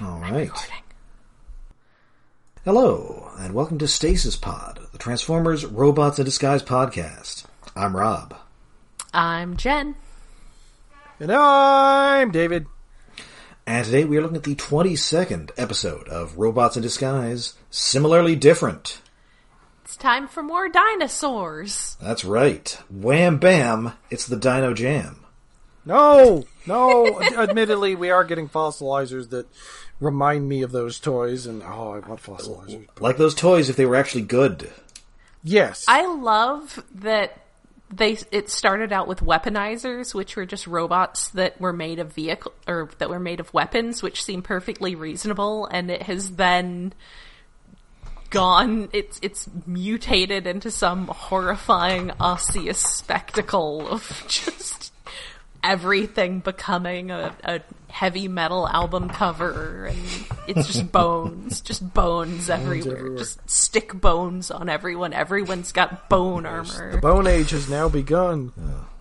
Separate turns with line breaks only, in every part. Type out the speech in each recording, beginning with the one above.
All right. Hello, and welcome to Stasis Pod, the Transformers Robots in Disguise podcast. I'm Rob.
I'm Jen.
And I'm David.
And today we are looking at the 22nd episode of Robots in Disguise, Similarly Different.
It's time for more dinosaurs.
That's right. Wham bam, it's the Dino Jam.
No, no. Admittedly, we are getting fossilizers that remind me of those toys, and oh, I want fossilizers.
Like those toys if they were actually good.
Yes,
I love that they it started out with weaponizers, which were just robots that were made of vehicle or that were made of weapons, which seem perfectly reasonable, and it has then gone it's it's mutated into some horrifying osseous spectacle of just everything becoming a, a heavy metal album cover and it's just bones just bones everywhere.
everywhere.
just stick bones on everyone everyone's got bone armor
Bone Age has now begun.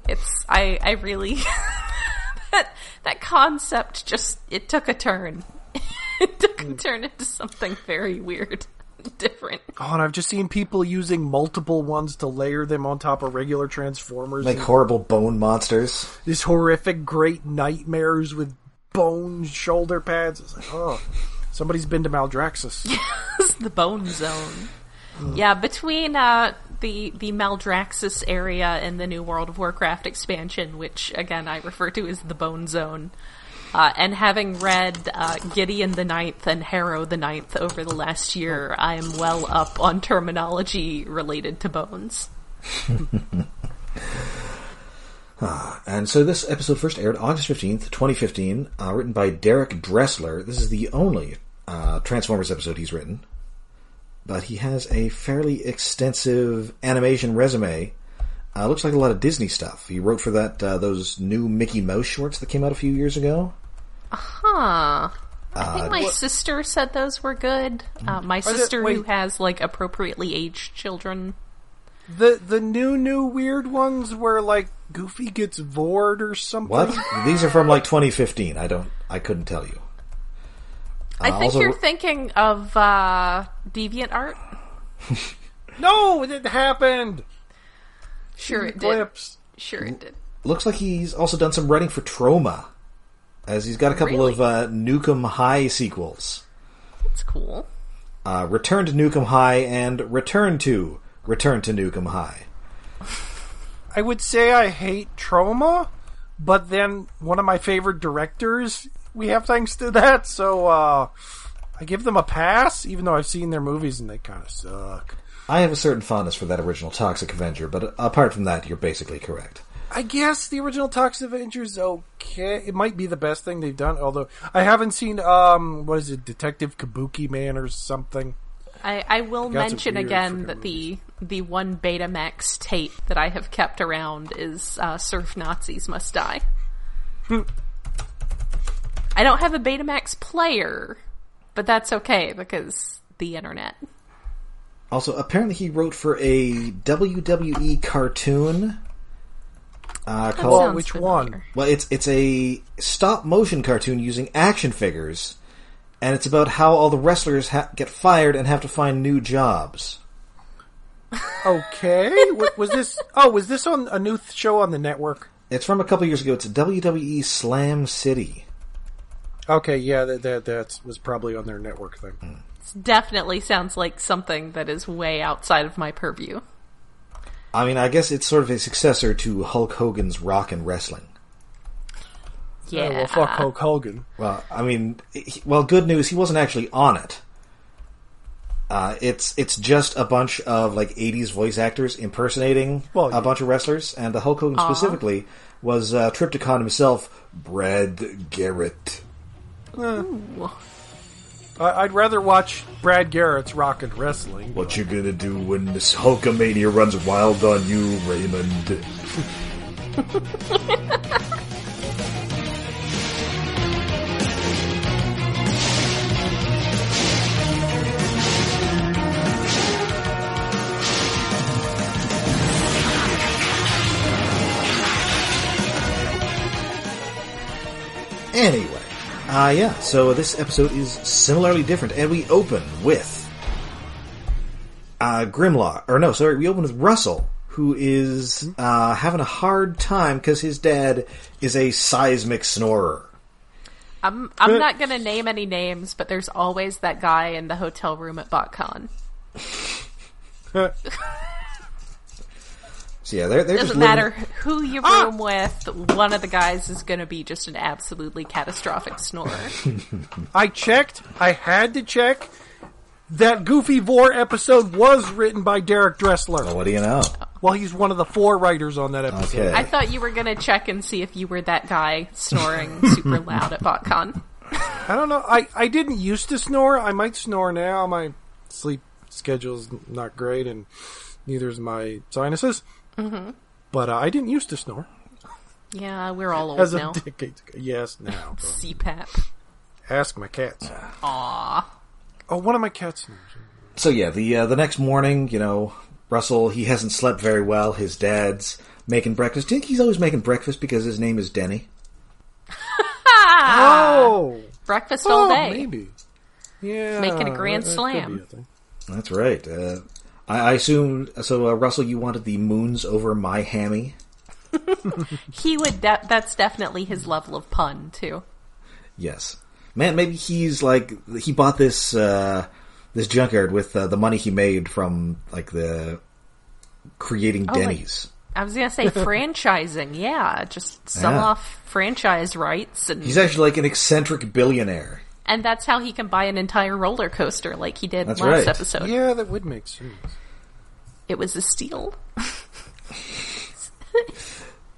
it's I I really that that concept just it took a turn. it took a turn into something very weird, different.
Oh, and I've just seen people using multiple ones to layer them on top of regular Transformers.
Like
and
horrible bone monsters.
these horrific, great nightmares with bone shoulder pads. It's like, oh, somebody's been to Maldraxxus.
It's the bone zone. Yeah, between uh, the the Maldraxxus area and the new World of Warcraft expansion, which again I refer to as the Bone Zone, uh, and having read uh, Gideon the Ninth and Harrow the Ninth over the last year, I am well up on terminology related to bones.
And so this episode first aired August 15th, 2015, uh, written by Derek Dressler. This is the only uh, Transformers episode he's written. But he has a fairly extensive animation resume. Uh, looks like a lot of Disney stuff. He wrote for that uh, those new Mickey Mouse shorts that came out a few years ago.
Huh. I think my sister said those were good. Uh, my sister, who
wait.
has like appropriately aged children,
the the new new weird ones where like Goofy gets vored or something.
What? These are from like 2015. I don't. I couldn't tell you.
I think
Uh, also-
you're thinking of uh, Deviant Art.
No, it happened.
Sure, it did.
Glimpse.
Sure,
Mm.
it did.
Looks like he's also done some writing for Troma, as he's got a couple
Really?
of uh, Nukem High sequels.
That's cool.
uh, Return to Nukem High and Return to Return to Nukem High.
I would say I hate trauma, but then one of my favorite directors we have thanks to that, so uh I give them a pass, even though I've seen their movies and they kind of suck.
I have a certain fondness for that original Toxic Avenger, but apart from that, you're basically correct.
I guess the original Toxic Avenger's okay. It might be the best thing they've done, although I haven't seen um what is it, Detective Kabuki Man or something.
I, I will
Got some
mention
weird
again
freaking
that the the one Betamax tape that I have kept around is uh, Surf Nazis Must Die.
Hmm.
I don't have a Betamax player, but that's okay because the internet.
Also, apparently, he wrote for a WWE cartoon uh, called
Sounds
which one?
familiar.
well, it's it's a stop motion cartoon using action figures, and it's about how all the wrestlers ha- get fired and have to find new jobs.
Okay, what, was this? Oh, was this on a new th- show on the network?
It's from a couple years ago. It's WWE Slam City.
Okay, yeah, that that that's, was probably on their network thing.
Definitely sounds like something that is way outside of my purview.
I mean, I guess it's sort of a successor to Hulk Hogan's Rock and Wrestling.
Yeah.
Oh, well, fuck Hulk Hogan.
Well, I mean, he, well, good news, he wasn't actually on it. Uh, it's it's just a bunch of like '80s voice actors impersonating
Well,
a
yeah.
bunch of wrestlers, and the Hulk Hogan specifically was uh, Triptychon himself, Brad Garrett.
I, I'd rather watch Brad Garrett's Rock and Wrestling.
What you gonna do when this Hulkamania runs wild on you, Raymond? Anyway, uh, Uh, yeah, so this episode is similarly different, and we open with uh, Grimlock, or no, sorry, we open with Russell, who is uh, having a hard time because his dad is a seismic snorer.
I'm I'm not gonna name any names, but there's always that guy in the hotel room at BotCon.
So yeah, they're, they're just
Doesn't
Ah! living-
matter who you room with, one of the guys is gonna be just an absolutely catastrophic snorer.
I checked. I had to check. That Goofy Vor episode was written by Derek Dressler.
What do you know?
Well, he's one of the four writers on that episode.
Okay.
I thought you were gonna check and see if you were that guy snoring super loud at BotCon.
I don't know. I, I didn't used to snore. I might snore now. My sleep schedule's not great, and neither is my sinuses. Mm-hmm. But uh, I didn't used to snore.
Yeah, we're all old
As
now.
of decades ago. Yes, now.
CPAP.
Ask my cats.
Aw.
Oh, one of my cats snores.
so yeah, the uh, the next morning, you know, Russell he hasn't slept very well. His dad's making breakfast. Do you think he's always making breakfast because his name is Denny?
Oh!
Breakfast
oh,
all day.
maybe. Yeah.
Making a grand
that- that
slam.
could be a thing.
That's right. Uh, I, I assume so. Uh, Russell, you wanted the moons over my hammy.
He would. De- that's definitely his level of pun too.
Yes, man. Maybe he's like he bought this uh, this junkyard with uh, the money he made from like the creating
my-
Denny's.
I was gonna say franchising. Yeah, just sell
Yeah.
off franchise rights, and
He's actually like an eccentric billionaire.
and that's how he can buy an entire roller coaster like he did
That's
last
right.
episode.
Yeah, that would make sense.
It was a steal.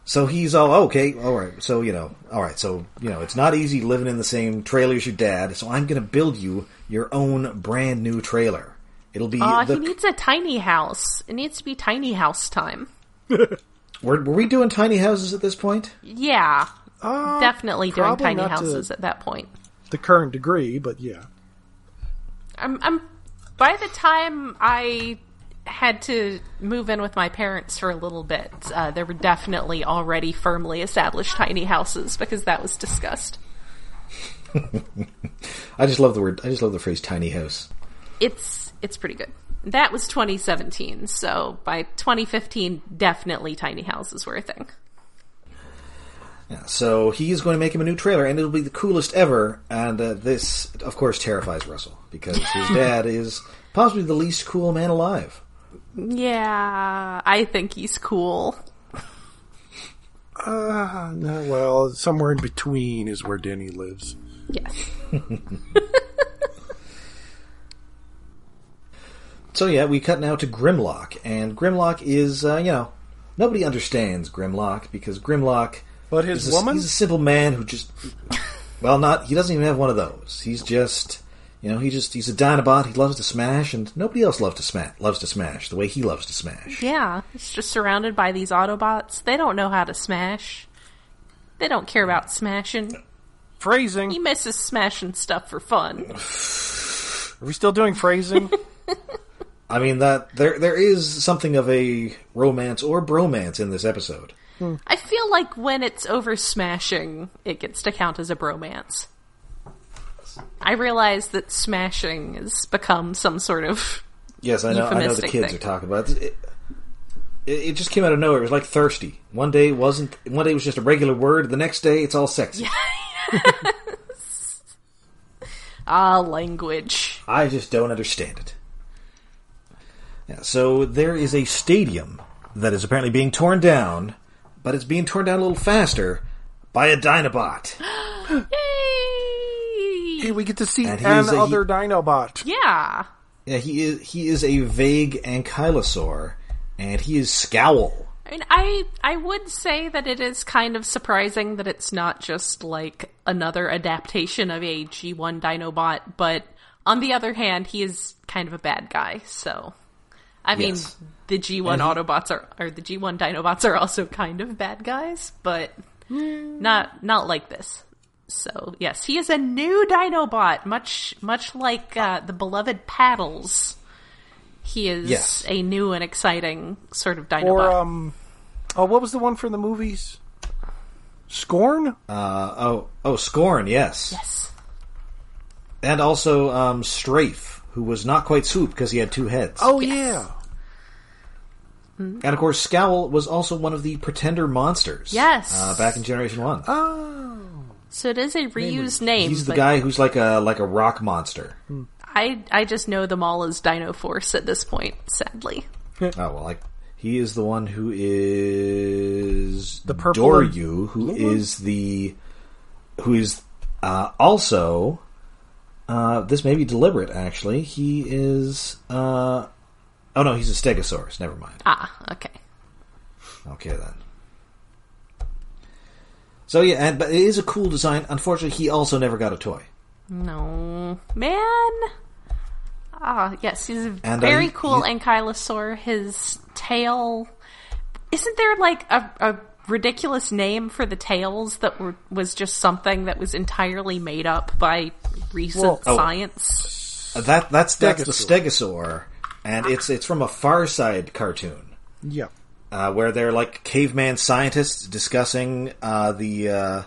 So he's all oh, okay, all right. So you know, all right. So you know, it's not easy living in the same trailer as your dad. So I'm going to build you your own brand new trailer. It'll be
Aw,
the.
Uh, he needs a tiny house. It needs to be tiny house time.
were, were we doing tiny houses at this point?
Yeah,
Uh,
definitely doing
probably
tiny
not to
houses at that point.
the current degree, but yeah.
I'm, I'm by the time I had to move in with my parents for a little bit, uh, there were definitely already firmly established tiny houses because that was discussed.
I just love the word. I just love the phrase "tiny house."
It's it's pretty good. That was 2017, so by 2015, definitely tiny houses were a thing.
Yeah, so he is going to make him a new trailer, and it'll be the coolest ever. And uh, this, of course, terrifies Russell because his dad is possibly the least cool man alive.
Yeah, I think he's cool.
Uh, no, well, somewhere in between is where Denny lives.
Yes.
So yeah, we cut now to Grimlock, and Grimlock is uh, you know nobody understands Grimlock because Grimlock.
But his
is a,
woman?
He's a simple man who just. Well, not he doesn't even have one of those. He's just you know he just he's a Dinobot. He loves to smash, and nobody else loves to smash loves to smash the way he loves to smash.
Yeah, he's just surrounded by these Autobots. They don't know how to smash. They don't care about smashing.
Phrasing.
He misses smashing stuff for fun.
Are we still doing phrasing?
I mean that there there is something of a romance or bromance in this episode.
I feel like when it's over smashing, it gets to count as a bromance. I realize that smashing has become some sort of
Yes, I know. I know the
Euphemistic
kids
thing.
are talking about it. it. It just came out of nowhere. It was like thirsty. One day it wasn't. One day it was just a regular word. The next day it's all sexy.
ah language.
I just don't understand it. Yeah, so there is a stadium that is apparently being torn down, but it's being torn down a little faster by a Dinobot.
Yay!
Hey, we get to see
And
an
he's a-
other Dinobot.
Yeah.
Yeah, he is he is a vague ankylosaur, and he is scowl.
I mean, I I would say that it is kind of surprising that it's not just like another adaptation of a G1 Dinobot, but on the other hand, he is kind of a bad guy. So, I mean,
Yes.
the G1 Autobots are or the G1 Dinobots are also kind of bad guys, but not not like this. So, yes, he is a new Dinobot, much much like uh, the beloved Paddles. He is
Yes.
a new and exciting sort of Dinobot.
Or, um, oh, what was the one from the movies? Scorn?
Uh, oh, oh, scorn. Yes,
Yes.
And also um, Strafe, who was not quite Swoop because he had two heads.
Oh
Yes.
yeah.
And of course, Scowl was also one of the Pretender monsters.
Yes.
uh, back in Generation One.
Oh.
So it is a reused name.
He's the
but
guy who's like a like a rock monster. Oh,
I I just know them all as Dino Force at this point. Sadly,
Oh well, like he is the one who is the
purple
Doryu, who is the who is uh, also uh, this may be deliberate. Actually, he is. Uh, oh no, he's a Stegosaurus. Never mind.
ah, okay,
Okay then. So yeah, and, but it is a cool design. Unfortunately, he also never got a toy.
no man. Ah, yes, he's a
And
very
I-
cool
you-
ankylosaur. His tail isn't there like a, a ridiculous name for the tails that were was just something that was entirely made up by recent
Well,
oh.
science.
Uh, That that's that's the Stegosaur, and it's it's from a Far Side cartoon.
Yeah.
uh, where they're like caveman scientists discussing uh, the uh,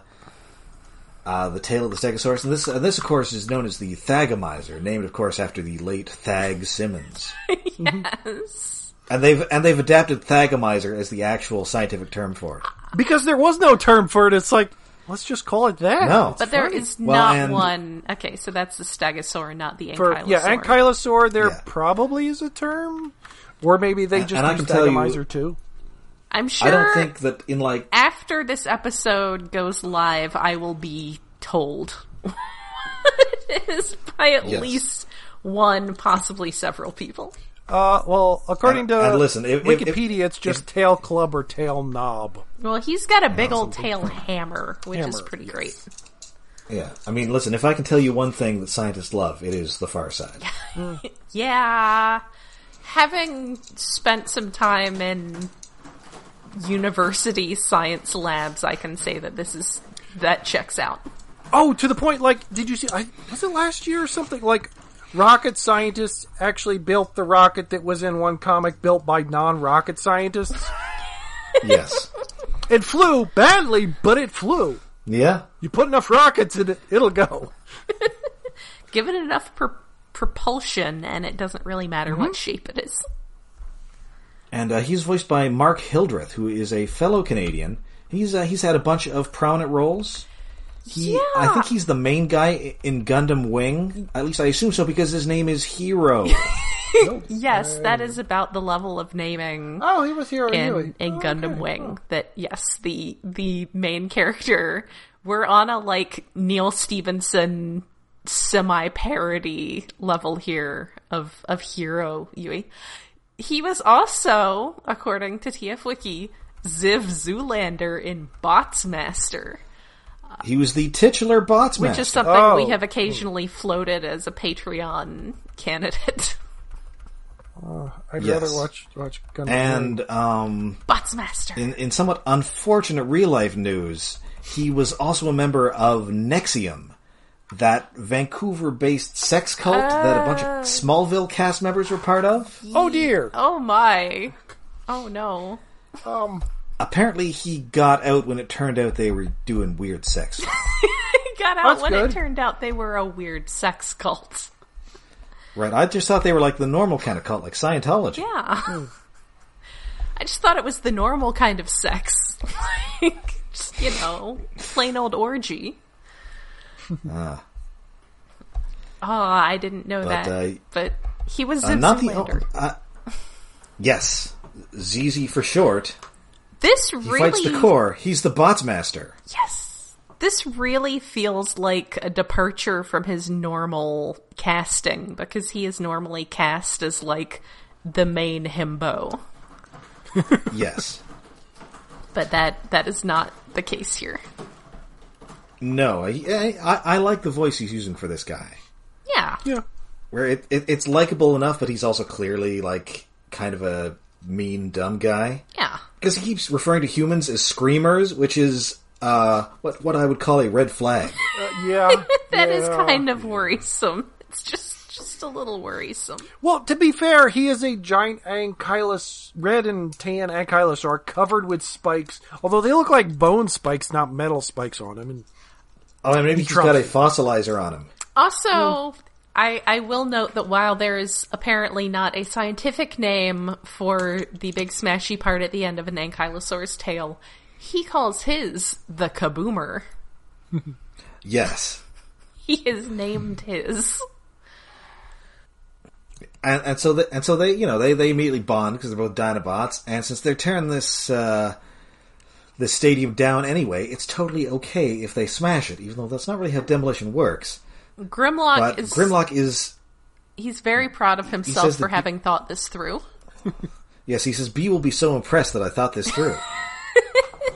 uh, the tale of the Stegosaurus, and this uh, this of course is known as the Thagomizer, named of course after the late Thag Simmons.
yes.
And they've and they've adapted Thagomizer as the actual scientific term for it.
Because there was no term for it. It's like let's just call it that.
No,
But there is
Well,
not
and-
one. Okay, so that's the Stegosaur, not the
For,
Ankylosaur.
yeah, ankylosaur. There
Yeah.
probably is a term, or maybe they just
and I
use
can tell you-
Tagomizer too.
I'm sure.
I don't think that in like
after this episode goes live, I will be told what it is by at
Yes.
least one, possibly several people.
Uh, well, according
And-
to
and listen, if- if- if-
Wikipedia, it's just tail club or tail knob.
Well, he's got a big old tail hammer, which is
Hammer,
pretty
yes.
great.
yeah. I mean, listen, if I can tell you one thing that scientists love, it is the Far Side.
Yeah. Having spent some time in university science labs, I can say that this is that checks out.
Oh, to the point. Like, did you see? I was it last year or something? Like, rocket scientists actually built the rocket that was in one comic, built by non-rocket scientists.
yes,
It flew badly, but it flew.
yeah,
You put enough rockets in it, it'll go.
Give it enough pr- propulsion, and it doesn't really matter what shape it is.
and uh, he's voiced by Mark Hildreth, who is a fellow Canadian. He's uh, he's had a bunch of prominent roles. He, I think he's the main guy in Gundam Wing. At least I assume so because his name is Hero.
Yes, that is about the level of naming
Oh, he was Oh, here anyway.
in, in Gundam Wing. That yes, the the main character. We're on a like Neil Stevenson semi parody level here of of hero Yui. He was also, according to TF Wiki, Ziv Zoolander in Botsmaster,
he was the titular botsmaster.
which is something we
Oh.
have occasionally floated as a Patreon candidate.
I'd
Yes.
rather watch watch Gundam. Wing.
and um,
Botsmaster.
in, in somewhat unfortunate real life news, he was also a member of Nexium, that Vancouver based sex cult that a bunch of Smallville cast members were part of.
oh dear.
Oh my. Oh no.
Um,
Apparently, he got out when it turned out they were doing weird sex.
He got out
That's
when
good.
it turned out they were a weird sex cult.
right? I just thought they were like the normal kind of cult, like Scientology.
Yeah.
Hmm.
I just thought it was the normal kind of sex. like, just, you know, plain old orgy. Oh, I didn't know
Ah. But,
that.
uh,
but he was
Uh,
Zip
not the
Zoolander.
o- uh, yes, ZZ for short.
This
He
really
fights the core. He's the bots master.
Yes. This really feels like a departure from his normal casting because he is normally cast as like the main himbo.
Yes.
But that that is not the case here.
No, I, I I like the voice he's using for this guy.
Yeah.
yeah.
Where it, it it's likable enough, but he's also clearly like kind of a mean dumb guy
Yeah.
because he keeps referring to humans as screamers, which is uh what what I would call a red flag.
Uh, yeah.
That is kind of worrisome. It's just just a little worrisome.
Well, to be fair, he is a giant ankylos, red and tan ankylosaur covered with spikes. Although they look like bone spikes, not metal spikes on him. And
Oh, and maybe he's
trumps
got a
it.
fossilizer on him.
Also,
Hmm.
I, I will note that while there is apparently not a scientific name for the big smashy part at the end of an ankylosaur's tail, he calls his the kaboomer.
Yes.
He is named his.
and, and so they, and so they you know they they immediately bond because they're both Dinobots, and since they're tearing this uh, this stadium down anyway, it's totally okay if they smash it, even though that's not really how demolition works.
Grimlock
But
is
Grimlock is
he's very proud of himself
says
for
that he-
having thought this through.
yes, he says B will be so impressed that I thought this through.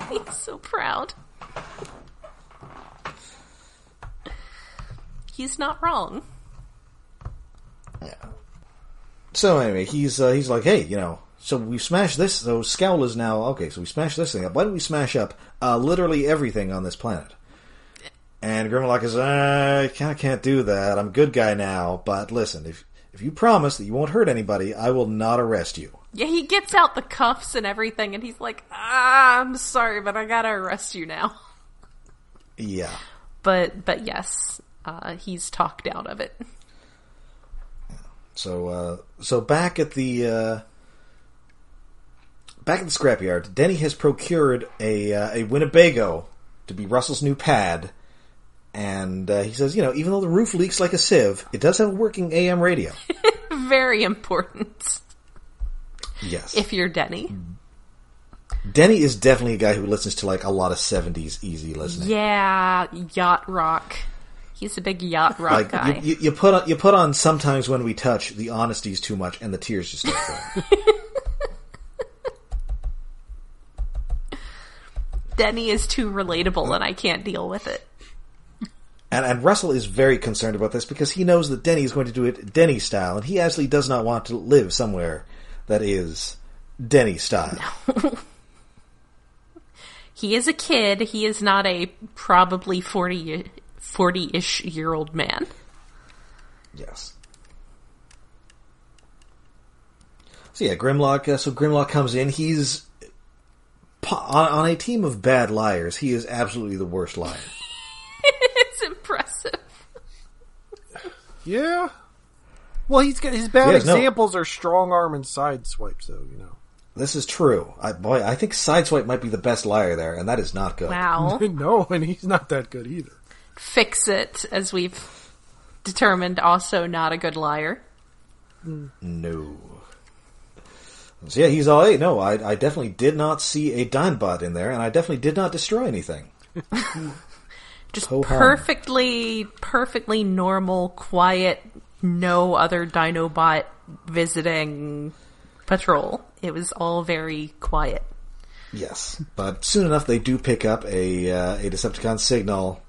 He's so proud. He's not wrong.
so anyway, he's uh, he's like, hey, you know, so we smashed this. So Scowl is now okay. So we smashed this thing up. Why don't we smash up uh, literally everything on this planet? And Grimlock is, uh, I kind of can't do that. I'm a good guy now, but listen, if if you promise that you won't hurt anybody, I will not arrest you.
Yeah, he gets out the cuffs and everything, and he's like, ah, "I'm sorry, but I gotta arrest you now."
Yeah.
But but yes, uh, he's talked out of it.
So uh, so back at the uh, back at the scrapyard, Denny has procured a uh, a Winnebago to be Russell's new pad, and uh, he says, you know, even though the roof leaks like a sieve, it does have a working AM radio.
Very important
yes,
if you're Denny.
Denny is definitely a guy who listens to like a lot of seventies easy listening.
Yeah, yacht rock. He's a big yacht rock
Like
guy.
you, you, you put on, you put on sometimes when we touch the honesty's too much and the tears just start flowing.
Denny is too relatable, and I can't deal with it.
And, and Russell is very concerned about this because he knows that Denny is going to do it Denny style, and he actually does not want to live somewhere that is Denny style.
He is a kid. He is not a probably 40 40-ish year old man.
Yes. So yeah, Grimlock. Uh, so Grimlock comes in. He's po- on, on a team of bad liars. He is absolutely the worst liar.
It's impressive.
Yeah. Well, he's got his bad
Yes, no.
examples are strong arm and side swipes, though. You know.
This is true. I, boy, I think Sideswipe might be the best liar there, and that is not good.
Wow.
no, and he's not that good either.
Fix it, as we've determined, also not a good liar.
No. So yeah, he's all, hey, no, I, I definitely did not see a Dinebot in there, and I definitely did not destroy anything.
Just
Ho hum.
perfectly, perfectly normal, quiet, no other Dinobot visiting patrol. It was all very quiet.
Yes. But soon enough, they do pick up a, uh, a Decepticon signal,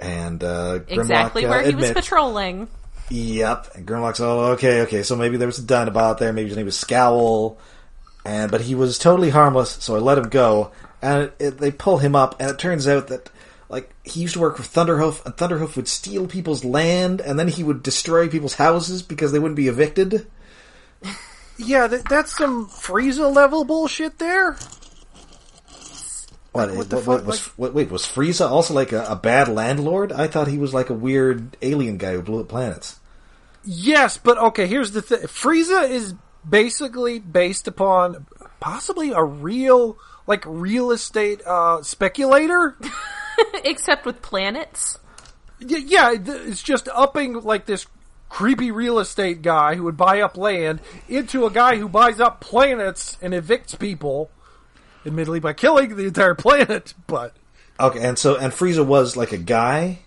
and uh, Grimlock
Exactly
uh,
where he was
admits,
patrolling.
Yep. And Grimlock's all, okay, okay, so maybe there was a Dinobot there, maybe his name was Scowl, and but he was totally harmless, so I let him go, and it, it, they pull him up, and it turns out that like he used to work for Thunderhoof, and Thunderhoof would steal people's land, and then he would destroy people's houses because they wouldn't be evicted.
Yeah, that, that's some Frieza level bullshit there.
What,
what
what,
the
what,
fuck,
was
like-
what, wait was Frieza also like a, a bad landlord? I thought he was like a weird alien guy who blew up planets.
Yes, but okay, here's the thing. Frieza is basically based upon possibly a real, like, real estate uh, speculator.
Except with planets.
Y- yeah, th- it's just upping, like, this creepy real estate guy who would buy up land into a guy who buys up planets and evicts people, admittedly by killing the entire planet, but.
Okay, and so and Frieza was like a guy.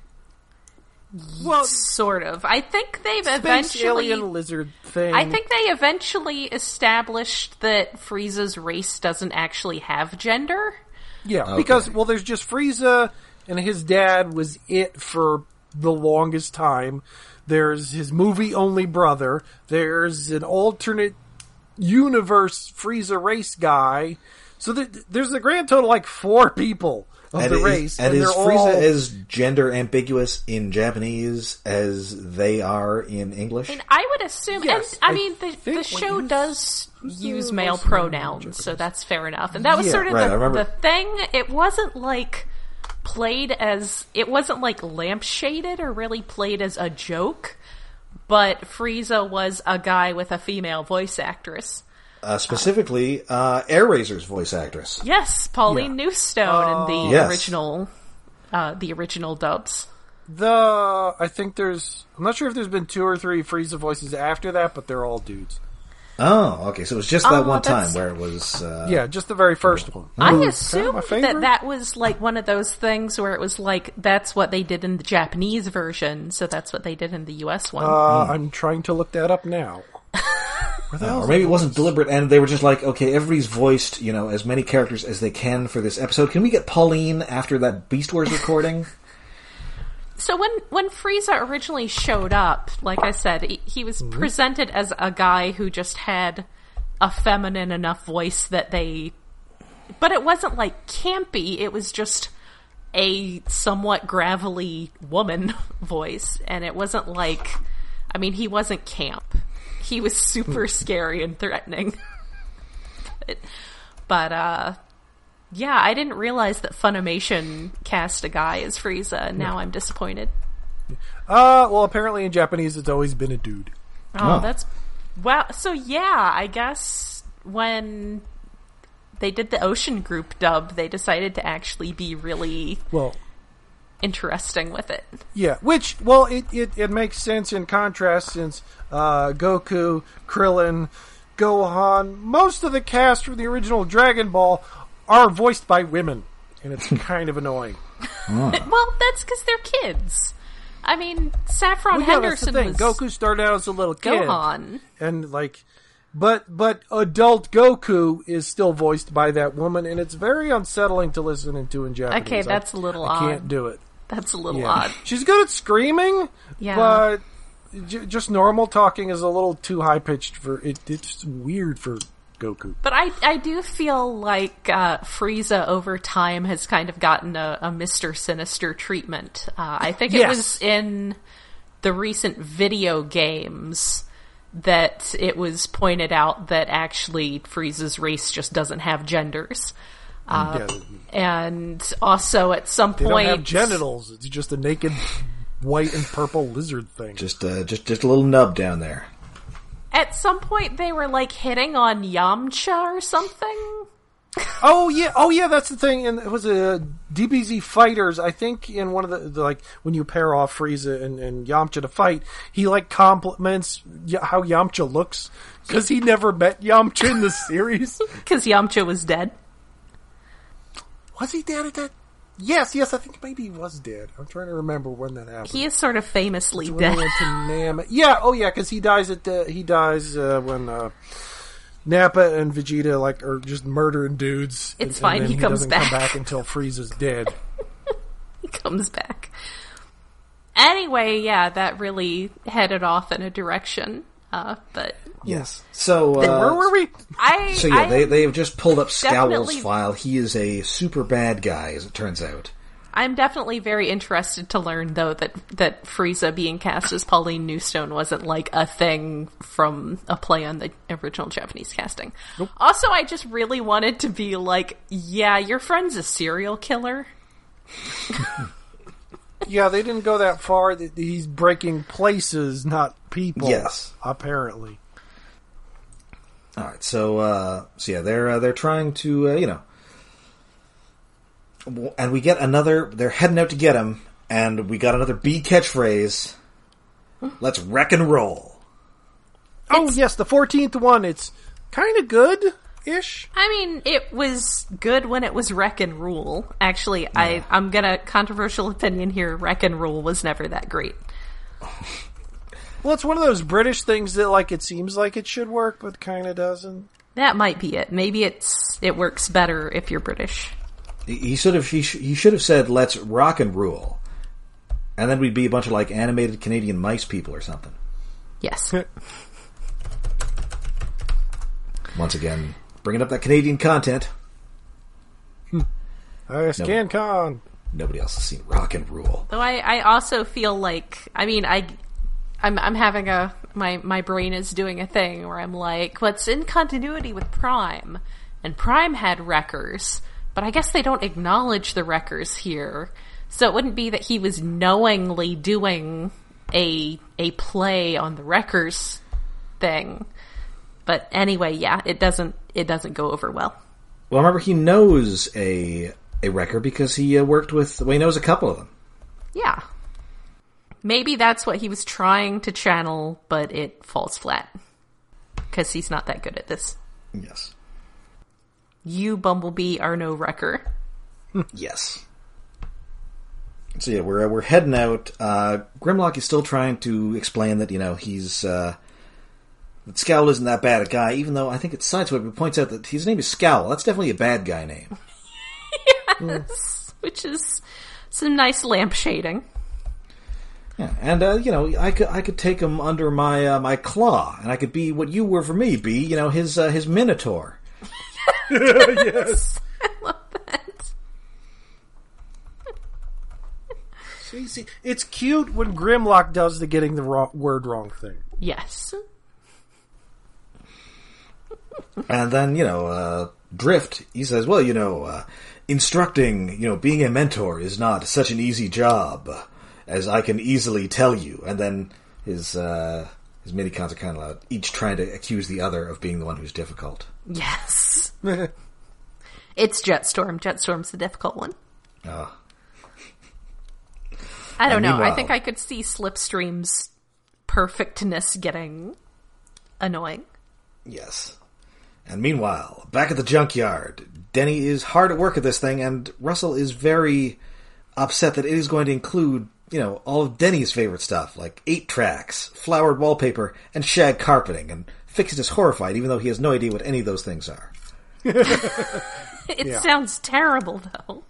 Well,
Sort of. I think they've
space
eventually
alien lizard thing.
I think they eventually established that Frieza's race doesn't actually have gender.
Yeah, because
Okay.
well, there's just Frieza, and his dad was it for the longest time. There's his movie only brother. There's an alternate universe Frieza race guy. So th- there's a grand total like four people of
And
the
is-
race,
and
and
is
they're
Frieza
all
as gender ambiguous in Japanese as they are in English?
I would assume,
Yes,
and I,
I
mean, the,
think
the
what
show
you-
does use male pronouns, so that's fair enough. And that was
Yeah,
sort of
right, I
the,
remember.
the thing. It wasn't like played as it wasn't like lampshaded or really played as a joke, but Frieza was a guy with a female voice actress.
Uh, specifically, uh, Air Razor's voice actress.
Yes, Pauline Newstone
Oh.
in the
Yes.
original, uh, the original dubs.
The I think there's I'm not sure if there's been two or three Frieza voices after that, but they're all dudes.
Oh, okay. So it was just that
Oh,
one
that's-
time where it was. Uh,
Yeah, just the very first one.
I assumed that
favorite.
that was like one of those things where it was like that's what they did in the Japanese version, so that's what they did in the U.S. one.
Uh, I'm trying to look that up now.
or maybe it wasn't deliberate, and they were just like, okay, everybody's voiced, you know, as many characters as they can for this episode. Can we get Pauline after that Beast Wars recording?
So when when Frieza originally showed up, like I said, he, he was presented as a guy who just had a feminine enough voice that they but it wasn't like campy, it was just a somewhat gravelly woman voice and it wasn't like I mean, he wasn't camp. He was super scary and threatening. but, but uh yeah, I didn't realize that Funimation cast a guy as Frieza. and Now I'm disappointed.
Uh, well, apparently in Japanese it's always been a dude.
Oh,
Oh.
that's well. So yeah, I guess when they did the Ocean Group dub, they decided to actually be really
Well,
interesting with it.
yeah, which well it, it, it makes sense in contrast since uh, Goku, Krillin, Gohan, most of the cast from the original Dragon Ball are voiced by women, and it's kind of annoying.
Well, that's because they're kids. I mean, Saffron
Well, yeah, that's the
Henderson
thing.
was
Goku started out as a little kid,
Gohan.
and like, but but adult Goku is still voiced by that woman, and it's very unsettling to listen into in Japanese.
Okay,
I-
that's a little
I
odd.
Can't do it.
That's a little
Yeah.
odd.
She's good at screaming,
Yeah.
but j- just normal talking is a little too high pitched for it. It's weird for Goku.
But I, I do feel like uh, Frieza over time has kind of gotten a, a Mister Sinister treatment. Uh, I think it
Yes.
was in the recent video games that it was pointed out that actually Frieza's race just doesn't have genders, Uh,
yeah,
and also at some
they
point
don't have genitals. It's just a naked white and purple lizard thing.
just, uh, just, just a little nub down there.
at some point they were like hitting on Yamcha or something.
Oh yeah, oh yeah, that's the thing. And it was a DBZ fighters. I think in one of the, the like when you pair off Frieza and, and Yamcha to fight, he like compliments y- how Yamcha looks because he never met Yamcha in the series.
Because Yamcha was dead.
was he dead at that? Yes, yes, I think maybe he was dead. I'm trying to remember when that happened.
He is sort of famously
when he
dead.
went to Nam. Yeah, oh yeah, because he dies at the he dies uh, when. Uh, Nappa and Vegeta like are just murdering dudes. and-
It's fine,
And then
he comes
doesn't
back.
come back until Frieza's dead.
comes back. Anyway, yeah, that really headed off in a direction. Uh, but
Yes. So uh,
Where were we?
I,
So yeah,
I,
they they have just pulled up Scowl's
definitely-
file. He is a super bad guy, as it turns out.
I'm definitely very interested to learn though that that Frieza being cast as Pauline Newstone wasn't like a thing from a play on the original Japanese casting. Also, I just really wanted to be like, yeah, your friend's a serial killer.
Yeah, they didn't go that far. Th- He's breaking places, not people.
Yes.
apparently.
All right. So uh, so yeah, they're uh, they're trying to uh, you know, W- and we get another. They're heading out to get him, and we got another B catchphrase. Let's wreck and roll.
oh yes, the fourteenth one. It's kind of good ish.
I mean, it was good when it was Wreck and Rule. Actually, I, I'm gonna controversial opinion here. Wreck and Rule was never that great.
Well, it's one of those British things that like it seems like it should work, but kind of doesn't.
That might be it. Maybe it's it works better if you're British.
He- He should have he, sh- he should have said let's rock and rule, and then we'd be a bunch of like animated Canadian mice people or something.
Yes.
Once again, bringing up that Canadian content.
I scan con.
Nobody else has seen rock and rule.
Though I, I also feel like I mean I I'm I'm having a my my brain is doing a thing where I'm like, what's in continuity with Prime? And Prime had wreckers. But I guess they don't acknowledge the wreckers here. So it wouldn't be that he was knowingly doing a a play on the wreckers thing. But anyway, yeah, it doesn't it doesn't go over well.
Well, remember he knows a a wrecker because he uh, worked with. Well, he knows a couple of them.
Yeah. Maybe that's what he was trying to channel, but it falls flat. Because he's not that good at this.
Yes.
You, Bumblebee, are no wrecker.
Yes. So yeah, we're we're heading out. Uh, Grimlock is still trying to explain that you know he's uh, that Scowl isn't that bad a guy, even though I think it's Sideswipe points out that his name is Scowl. That's definitely a bad guy name.
Yes. Which is some nice lamp shading.
Yeah, and uh, you know I could I could take him under my uh, my claw, and I could be what you were for me, be you know his uh, his minotaur.
yes.
I love that.
See, see, it's cute when Grimlock does the getting the wrong, word wrong thing.
Yes.
And then you know uh, Drift, he says, well, you know, uh, instructing, you know, being a mentor is not such an easy job as I can easily tell you. And then his uh, his mini cons are kind of loud, each trying to accuse the other of being the one who's difficult.
Yes. it's Jetstorm. Jetstorm's the difficult one.
Ah.
I don't
And
know. I
meanwhile-
think I could see Slipstream's perfectness getting annoying.
Yes. And meanwhile, back at the junkyard, Denny is hard at work at this thing, and Russell is very upset that it is going to include, you know, all of Denny's favorite stuff, like eight tracks, flowered wallpaper, and shag carpeting. And Fixit is horrified, even though he has no idea what any of those things are.
It sounds terrible, though.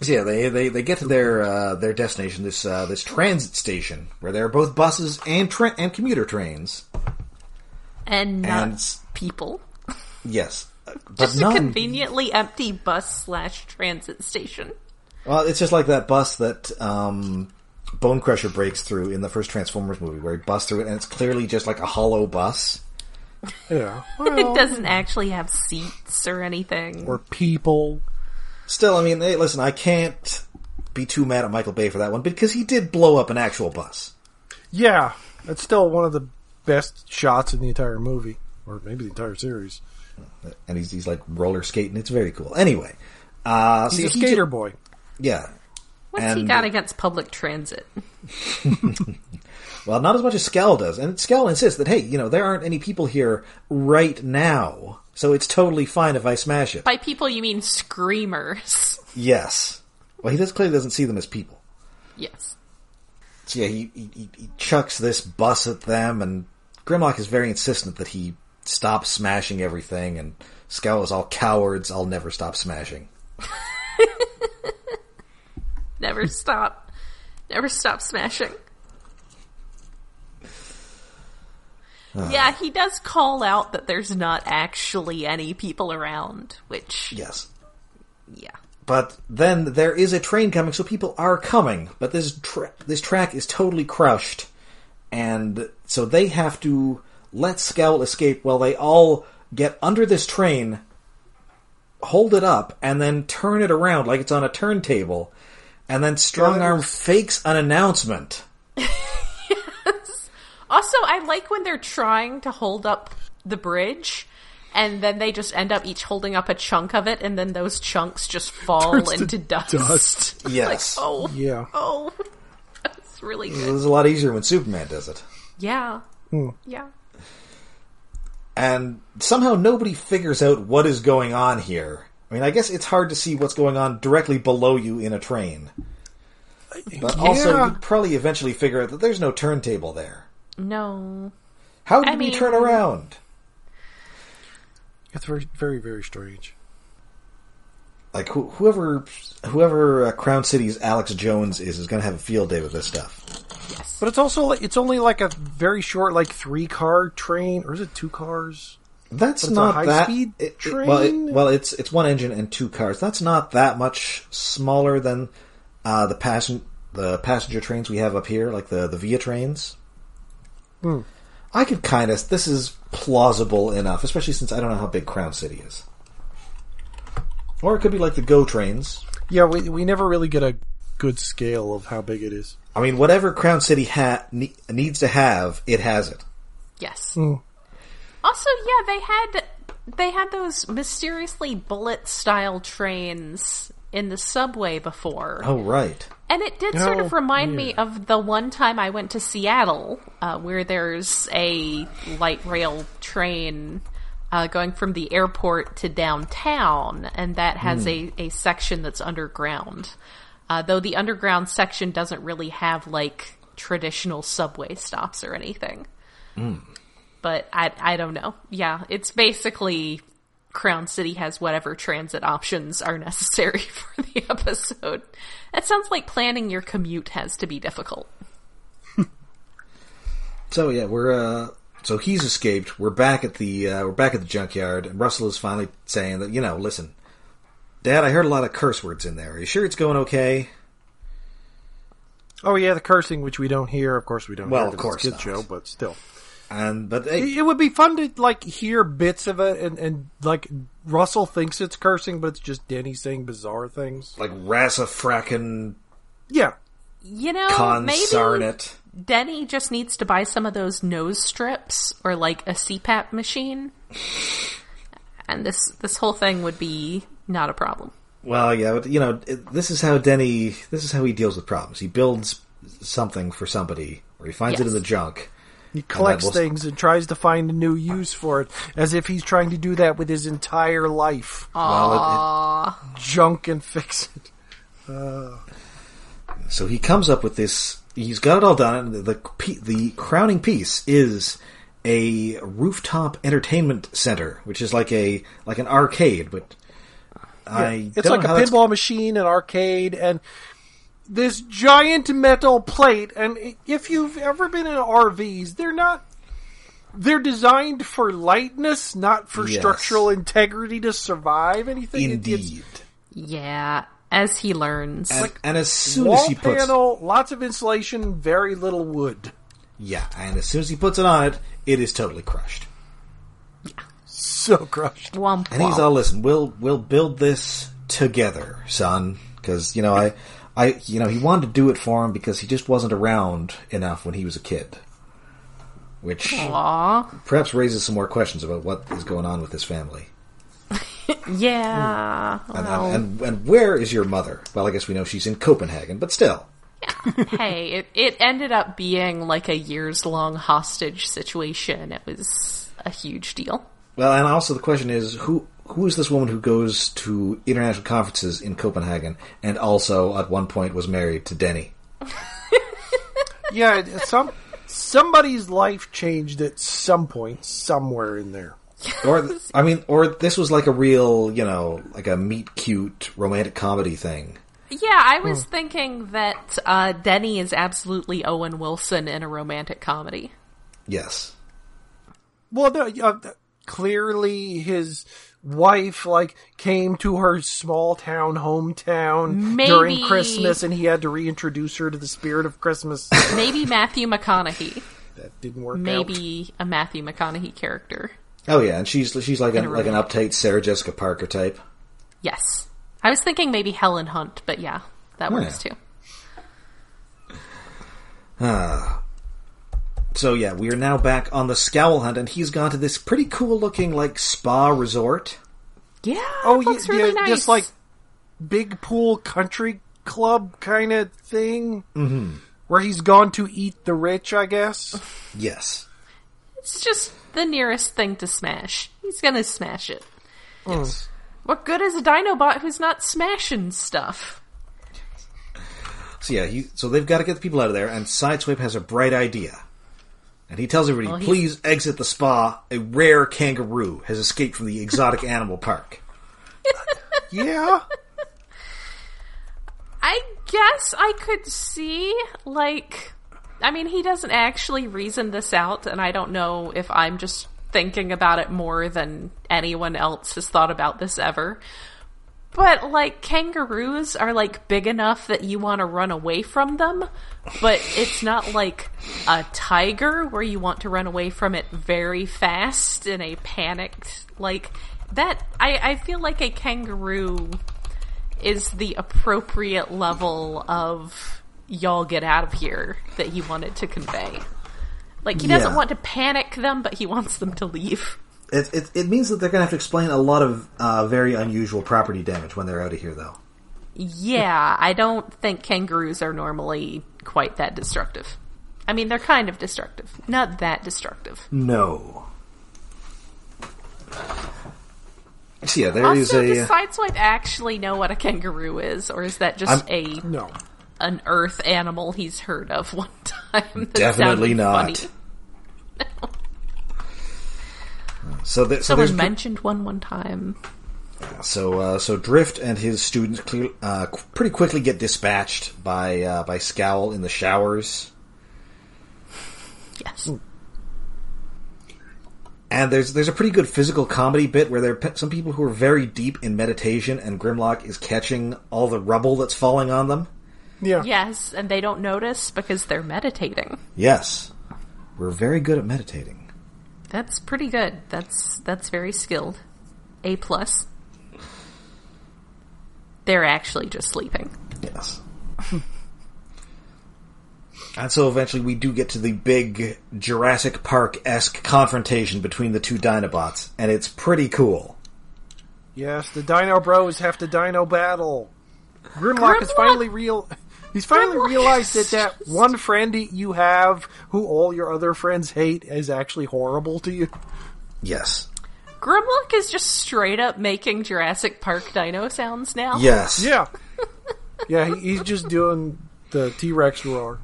So yeah, they, they, they get to their uh, their destination, this uh, this transit station, where there are both buses and tra- and commuter trains.
And not
And-
people.
Yes, but
Just a
none-
conveniently empty bus slash transit station.
Well, it's just like that bus that um, Bone Crusher breaks through in the first Transformers movie, where he busts through it, and it's clearly just like a hollow bus.
Yeah.
It
hmm.
doesn't actually have seats or anything.
or people.
Still, I mean, hey, listen, I can't be too mad at Michael Bay for that one because he did blow up an actual bus.
Yeah, that's still one of the best shots in the entire movie, or maybe the entire series.
And he's, he's like roller skating. It's very cool. Anyway, uh,
He's
so
a
he
skater boy.
ju- yeah.
What's he
and-
got against public transit?
Well, not as much as Scal does. And Scal insists that, hey, you know, there aren't any people here right now, so it's totally fine if I smash it.
By people, you mean screamers.
Yes. Well, he does, clearly doesn't see them as people.
yes.
So yeah, he, he, he- he chucks this bus at them, and Grimlock is very insistent that he stop smashing everything, and Scowl is all cowards, I'll never stop smashing.
Never stop. Never stop smashing. Yeah, he does call out that there's not actually any people around, which,
Yes.
yeah.
But then there is a train coming, so people are coming, but this, tra- this track is totally crushed, and so they have to let Scowl escape while they all get under this train, hold it up, and then turn it around like it's on a turntable, and then Strongarm Arm fakes an announcement.
Also, I like when they're trying to hold up the bridge, and then they just end up each holding up a chunk of it, and then those chunks just fall
Turns to
into dust.
dust.
It's
Yes.
Like, oh,
Yeah.
oh, that's really
It
good.
was a lot easier when Superman does it.
Yeah,
Hmm.
yeah.
And somehow nobody figures out what is going on here. I mean, I guess it's hard to see what's going on directly below you in a train. But also,
Yeah.
you'd probably eventually figure out that there's no turntable there.
No,
How did
I
we
mean-
turn around?
It's very, very, very strange.
Like who whoever whoever uh, Crown City's Alex Jones is is going to have a field day with this stuff.
yes.
But it's also it's only like a very short, like three car train, or is it two cars?
That's
But it's a
not that
high-speed
it- it- well, it-
train?
well, it's it's one engine and two cars. That's not that much smaller than uh, the
Hmm.
passen- the passenger trains we have up here, like the the Via trains. I could kind of. This is plausible enough, especially since I don't know how big Crown City is. Or it could be like the Go trains.
Yeah, we we never really get a good scale of how big it is.
I mean, whatever Crown City ha- ne- needs to have, it has it.
Yes.
Hmm.
Also, yeah, they had they had those mysteriously bullet style trains in the subway before.
Oh, right.
And it did sort of
Oh,
remind me of the one time I went to Seattle, uh, where there's a light rail train uh, going from the airport to downtown, and that has a, a section that's underground. Uh, though the underground section doesn't really have like traditional subway stops or anything. But I, I don't know. Yeah, it's basically Crown City has whatever transit options are necessary for the episode. That sounds like planning your commute has to be difficult.
So yeah, we're uh, so he's escaped. We're back at the uh, we're back at the junkyard, and Russell is finally saying that you know, listen, Dad, I heard a lot of curse words in there. Are you sure it's going okay?
Oh yeah, the cursing which we don't hear. Of course, we don't.
Well, of
hear it. It's a
course
kids
not.
show, but still,
And but
it,
hey,
it would be fun to like hear bits of it, and and like Russell thinks it's cursing, but it's just Danny saying bizarre things.
like Rasa frackin'
Yeah,
You know, Oh, maybe
consarnet.
Denny just needs to buy some of those nose strips or like a CPAP machine. And this this whole thing would be not a problem.
Well, yeah, but, you know, it- this is how Denny. This is how he deals with problems. He builds something for somebody, or he finds it in
Yes.
the junk.
He collects
will-
things and tries to find a new use for it, as if he's trying to do that with his entire life.
Well,
Junk and fix it.
it- so he comes up with this. He's got it all done. and The pe- the crowning piece is a rooftop entertainment center, which is like a like an arcade, but I
It's
don't
like
know
a
how that's-
pinball machine, an arcade, and this giant metal plate. And i- if you've ever been in RVs, they're not. They're designed for lightness, not for
Yes.
structural integrity to survive anything. It- it's
Indeed.
Yeah, as he learns.
And, and as soon as
wall
he puts
panel, lots of insulation, very little wood.
yeah, and as soon as he puts it on it, it is totally crushed.
So crushed.
Womp
And he's
womp.
all, listen, we'll we'll build this together, son, because you know I, I you know he wanted to do it for him because he just wasn't around enough when he was a kid, which
Aw.
perhaps raises some more questions about what is going on with this family.
Yeah.
And,
well,
and and where is your mother? Well, I guess we know she's in Copenhagen, but still,
hey, it, it ended up being like a years long hostage situation. It was a huge deal.
well, and also the question is who who is this woman who goes to international conferences in Copenhagen and also at one point was married to Denny?
yeah, it- some somebody's life changed at some point, somewhere in there.
or I mean, or this was like a real, you know, like a meet cute romantic comedy thing.
Yeah, I
Hmm.
was thinking that uh, Denny is absolutely Owen Wilson in a romantic comedy.
Yes,
Well, no, uh, clearly his wife like came to her small town hometown during
Maybe-
Christmas, and he had to reintroduce her to the spirit of Christmas.
Maybe Matthew McConaughey.
that didn't work. out.
Maybe a Matthew McConaughey character.
oh yeah, and she's she's like an
a
like an uptight Sarah Jessica Parker type.
Yes. I was thinking maybe Helen Hunt, but yeah, that
Hmm.
works
yeah.
too.
So yeah, we are now back on the scowl hunt, and he's gone to this pretty cool looking like spa resort.
Yeah.
Oh,
it
yeah,
looks really
yeah,
nice.
just like big pool country club kind of thing, mm-hmm. where he's gone to eat the rich, I guess.
Yes,
It's just the nearest thing to smash. He's gonna smash it.
yes.
What good is a Dinobot who's not smashing stuff?
So yeah, he, so they've got to get the people out of there, and Sideswipe has a bright idea. And he tells everybody,
he's-
please exit the spa. A rare kangaroo has escaped from the exotic animal park.
Yeah.
I guess I could see, like, I mean, he doesn't actually reason this out, and I don't know if I'm just thinking about it more than anyone else has thought about this ever. But like kangaroos are like big enough that you want to run away from them, but it's not like a tiger where you want to run away from it very fast in a panicked like that I, I feel like a kangaroo is the appropriate level of y'all get out of here that he wanted to convey. Like he doesn't
Yeah.
want to panic them, but he wants them to leave.
It, it, it means that they're going to have to explain a lot of uh, very unusual property damage when they're out of here, though.
Yeah, I don't think kangaroos are normally quite that destructive. I mean, they're kind of destructive, not that destructive.
No. So yeah, there is
also,
a. uh,
does Sideswipe actually know what a kangaroo is, or is that just a
No.
an earth animal he's heard of one time? that
Definitely
sounded
not.
funny?
So, there, so
Someone
there's
mentioned one one time.
so uh, so Drift and his students clear, uh, qu- pretty quickly get dispatched by uh, by Scowl in the showers,
Yes.
Hmm. and there's there's a pretty good physical comedy bit where there are pe- some people who are very deep in meditation, and Grimlock is catching all the rubble that's falling on them.
Yeah.
Yes, and they don't notice because they're meditating.
Yes, we're very good at meditating.
That's pretty good. That's that's very skilled. A plus. They're actually just sleeping.
Yes. and so eventually we do get to the big Jurassic Park esque confrontation between the two Dinobots, and it's pretty cool.
Yes, the Dino Bros have to Dino battle. Grimlock, has
Grimlock-
finally real. He's finally
Grimlock
realized that
is
that
just-
one friend you have, who all your other friends hate, is actually horrible to you.
Yes.
Grimlock is just straight up making Jurassic Park dino sounds now.
Yes.
Yeah, yeah, he, he's just doing the T Rex roar,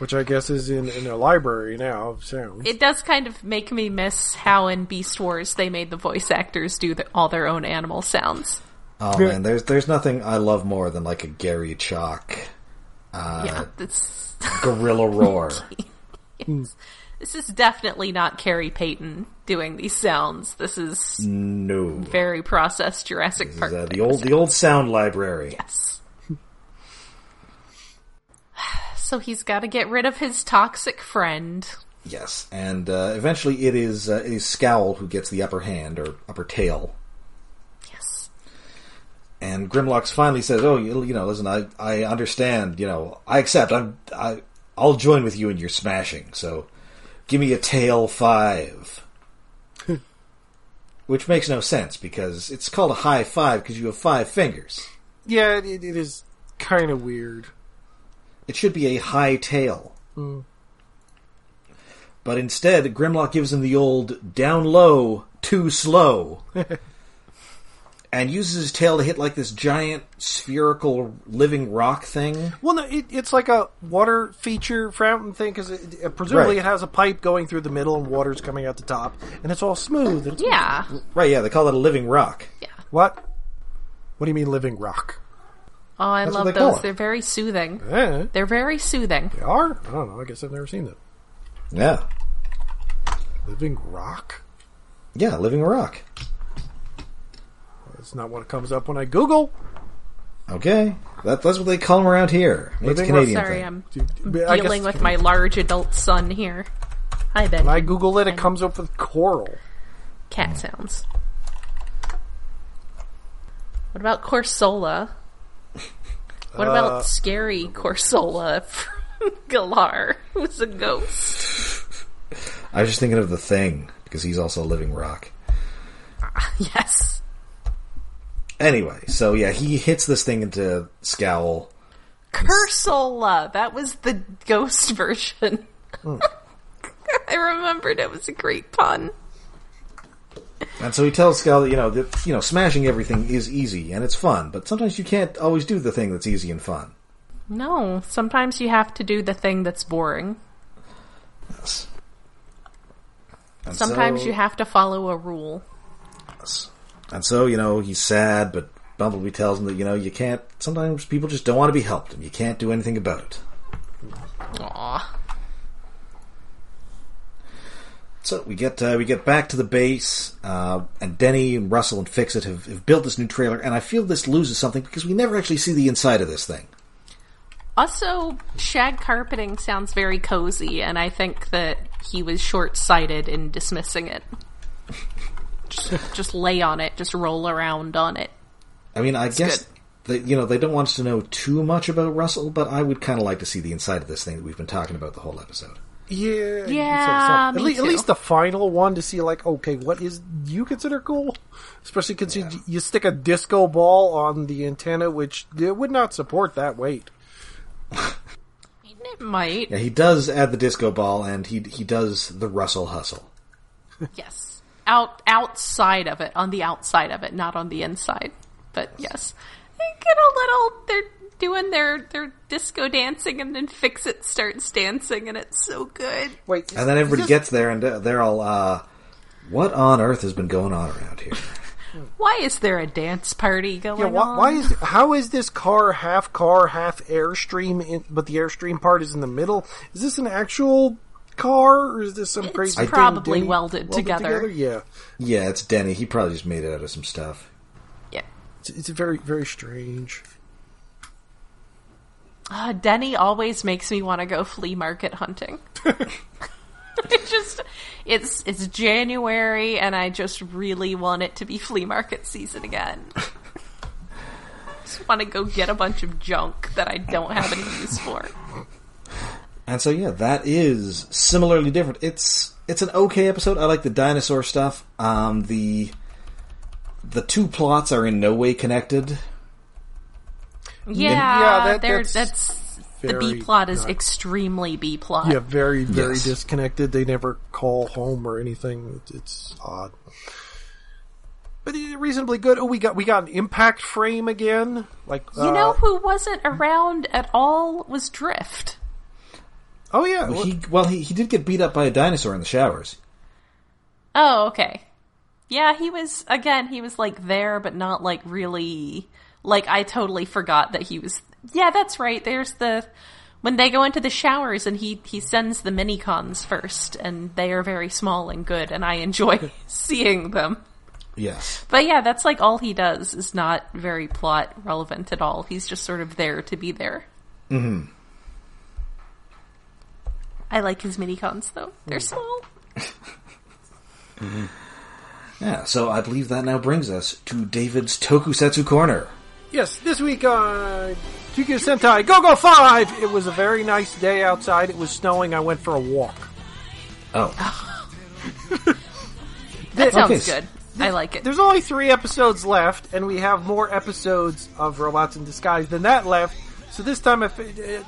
which I guess is in in a library now. So
It does kind of make me miss how in Beast Wars they made the voice actors do the, all their own animal sounds.
Oh man, there's there's nothing I love more than like a Gary Chalk Uh,
yeah, this,
gorilla roar.
this is definitely not Carrie Payton doing these sounds. This is
No.
very processed Jurassic Park.
Uh, the
dino
old the old sound library.
Yes. so he's got to get rid of his toxic friend.
Yes. And uh, eventually it is uh, it is Scowl who gets the upper hand or upper tail
Yes.
and Grimlock's finally says, "Oh, you, you know, listen, I, I understand. You know, I accept. I'm, I, I'll join with you in your smashing. So, give me a tail five, which makes no sense because it's called a high five because you have five fingers.
yeah, it, it is kind of weird.
It should be a high tail. But instead, Grimlock gives him the old down low, too slow. and uses his tail to hit like this giant spherical living rock thing.
Well, no, it, it's like a water feature fountain thing because it, it- presumably
Right.
it has a pipe going through the middle and water's coming out the top, and it's all smooth. And it's,
Yeah.
Right, yeah, they call that a living rock.
Yeah.
What? What do you mean living rock?
Oh, I
That's what
love
they call
those.
it.
They're very soothing.
Eh,
They're very soothing.
they are? I don't know. I guess I've never seen them.
Yeah.
Living rock?
Yeah, living rock.
That's not what comes up when I Google.
Okay. That, that's what they call them around here. Maybe it's a
Living rock-
Canadian
Sorry,
thing.
I'm
I guess
dealing with my large adult son here. Hi, Ben.
When I Google it, it comes up with coral.
Cat sounds. What about Corsola? What about scary Corsola from Galar, who's a ghost?
I was just thinking of the thing, because he's also a living rock.
Yes.
Anyway, so yeah, he hits this thing into Scowl.
Cursola. That was the ghost version. I remembered it was a great pun.
And so he tells Scowl that, you know, that, you know, smashing everything is easy and it's fun, but sometimes you can't always do the thing that's easy and fun.
No, sometimes you have to do the thing that's boring.
Yes. And
Sometimes
so-
you have to follow a rule.
And so, you know, he's sad, but Bumblebee tells him that, you know, you can't, sometimes people just don't want to be helped and you can't do anything about it.
Aw.
So we get uh, we get back to the base, uh, and Denny and Russell and Fixit have, have built this new trailer, and I feel this loses something because we never actually see the inside of this thing.
Also, shag carpeting sounds very cozy, and I think that he was short sighted in dismissing it. just, just lay on it, just roll around on it.
I mean, I guess they, you know they don't want us to know too much about Russell, but I would kind of like to see the inside of this thing that we've been talking about the whole episode.
Yeah.
Yeah,
At,
me
lea- at
too.
least the final one to see, like, okay, what is you consider cool? Especially considering you stick a disco ball on the antenna, which it would not support that weight.
It might.
Yeah, he does add the disco ball, and he he does the Russell hustle.
Yes. Out outside of it, on the outside of it, not on the inside. But yes. They get a little they're doing their their disco dancing and then fix it starts dancing and it's so good.
Wait,
And then everybody gets there, and uh, they're all, uh, "What on earth has been going on around here?"
Why is there a dance party going
yeah, why,
on?
why is how is this car half car half airstream? In, but the airstream part is in the middle. Is this an actual car, or is this some
It's
crazy? thing
probably
Denny
welded together.
Yeah,
yeah, it's Denny. He probably just made it out of some stuff.
yeah.
it's, it's very very strange.
Uh, Denny always makes me want to go flea market hunting. it just it's it's January and I just really want it to be flea market season again. just want to go get a bunch of junk that I don't have any use for.
And so yeah, that is similarly different. It's it's an okay episode. I like the dinosaur stuff. Um the the two plots are in no way connected.
Yeah,
Yeah, that-
there-
that's
that's, the B
very
plot is
not-
extremely B plot.
Yeah, very very
Yes.
disconnected. They never call home or anything. It's, it's odd. But it- reasonably good. Oh, we got we got an impact frame again. Like uh,
You know who wasn't around at all was Drift.
oh yeah,
Well,
well,
he well he, he did get beat up by a dinosaur in the showers.
Oh, okay. Yeah, he was again, he was like there but not like really like I totally forgot that he was Yeah, that's right. There's the when they go into the showers and he he sends the mini cons first and they are very small and good and I enjoy seeing them.
Yes.
But yeah, that's like all he does is not very plot relevant at all. He's just sort of there to be there. Mm-hmm. I like his mini cons though. They're small.
Yeah, so I believe that now brings us to David's Tokusatsu Corner.
Yes, this week on Tokyo Sentai Go Go 5, it was a very nice day outside. It was snowing. I went for a walk.
Oh.
That sounds
Okay.
good. I like it.
There's only three episodes left, and we have more episodes of Robots in Disguise than that left. So this time, if it, it,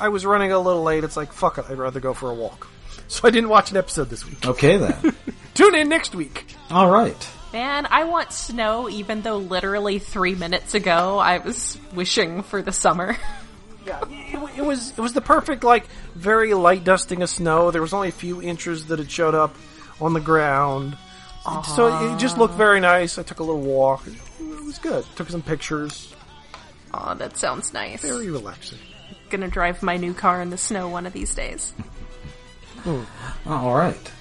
I was running a little late, it's like, fuck it, I'd rather go for a walk. So I didn't watch an episode this week.
Okay then.
Tune in next week.
Alright.
Man, I want snow even though literally three minutes ago I was wishing for the summer.
Yeah, it, wa- it was it was the perfect like very light dusting of snow. There was only a few inches that had showed up on the ground, so it, it just looked very nice. I took a little walk. It was good. Took some pictures.
Aw, that sounds nice.
Very relaxing.
Gonna drive my new car in the snow one of these days.
All right.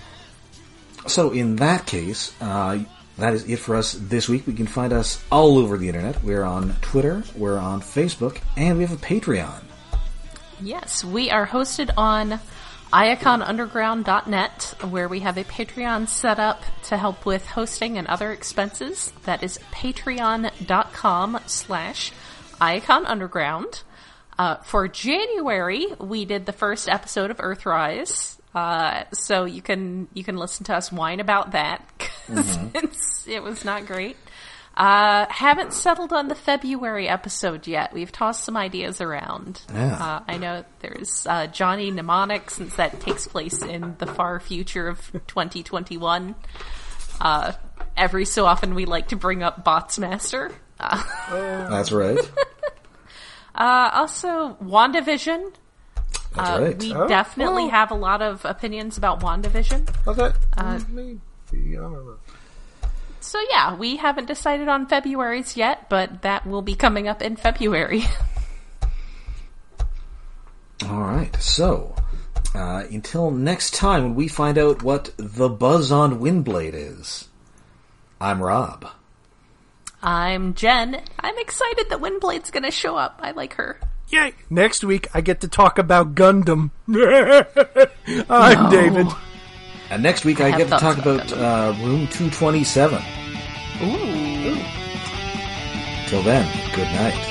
So in that case, uh, that is it for us this week. We can find us all over the internet. We're on Twitter, we're on Facebook, and we have a Patreon.
Yes, we are hosted on iaconunderground.net where we have a Patreon set up to help with hosting and other expenses. That is patreon.com slash iaconunderground. Uh, for January, we did the first episode of Earthrise. Uh, so you can you can listen to us whine about that 'cause it's, it was not great. Uh, haven't settled on the February episode yet. We've tossed some ideas around.
Yeah.
Uh, I know there's uh, Johnny Mnemonic since that takes place in the far future of 2021. Uh, every so often we like to bring up Botsmaster. Uh,
That's right.
uh, also, WandaVision.
That's
Uh,
right.
We
Oh.
definitely
Oh.
have a lot of opinions about WandaVision.
Love that. Mm, Maybe. I don't know.
So yeah, we haven't decided on February's yet, but that will be coming up in February.
All right. So Uh, until next time, when we find out what the buzz on Windblade is. I'm Rob.
I'm Jen. I'm excited that Windblade's going to show up. I like her.
Yay! Next week, I get to talk about Gundam. I'm David.
And next week, I,
have
get to
thoughts
talk
about
about uh, Room 227.
Ooh.
Till then, good night.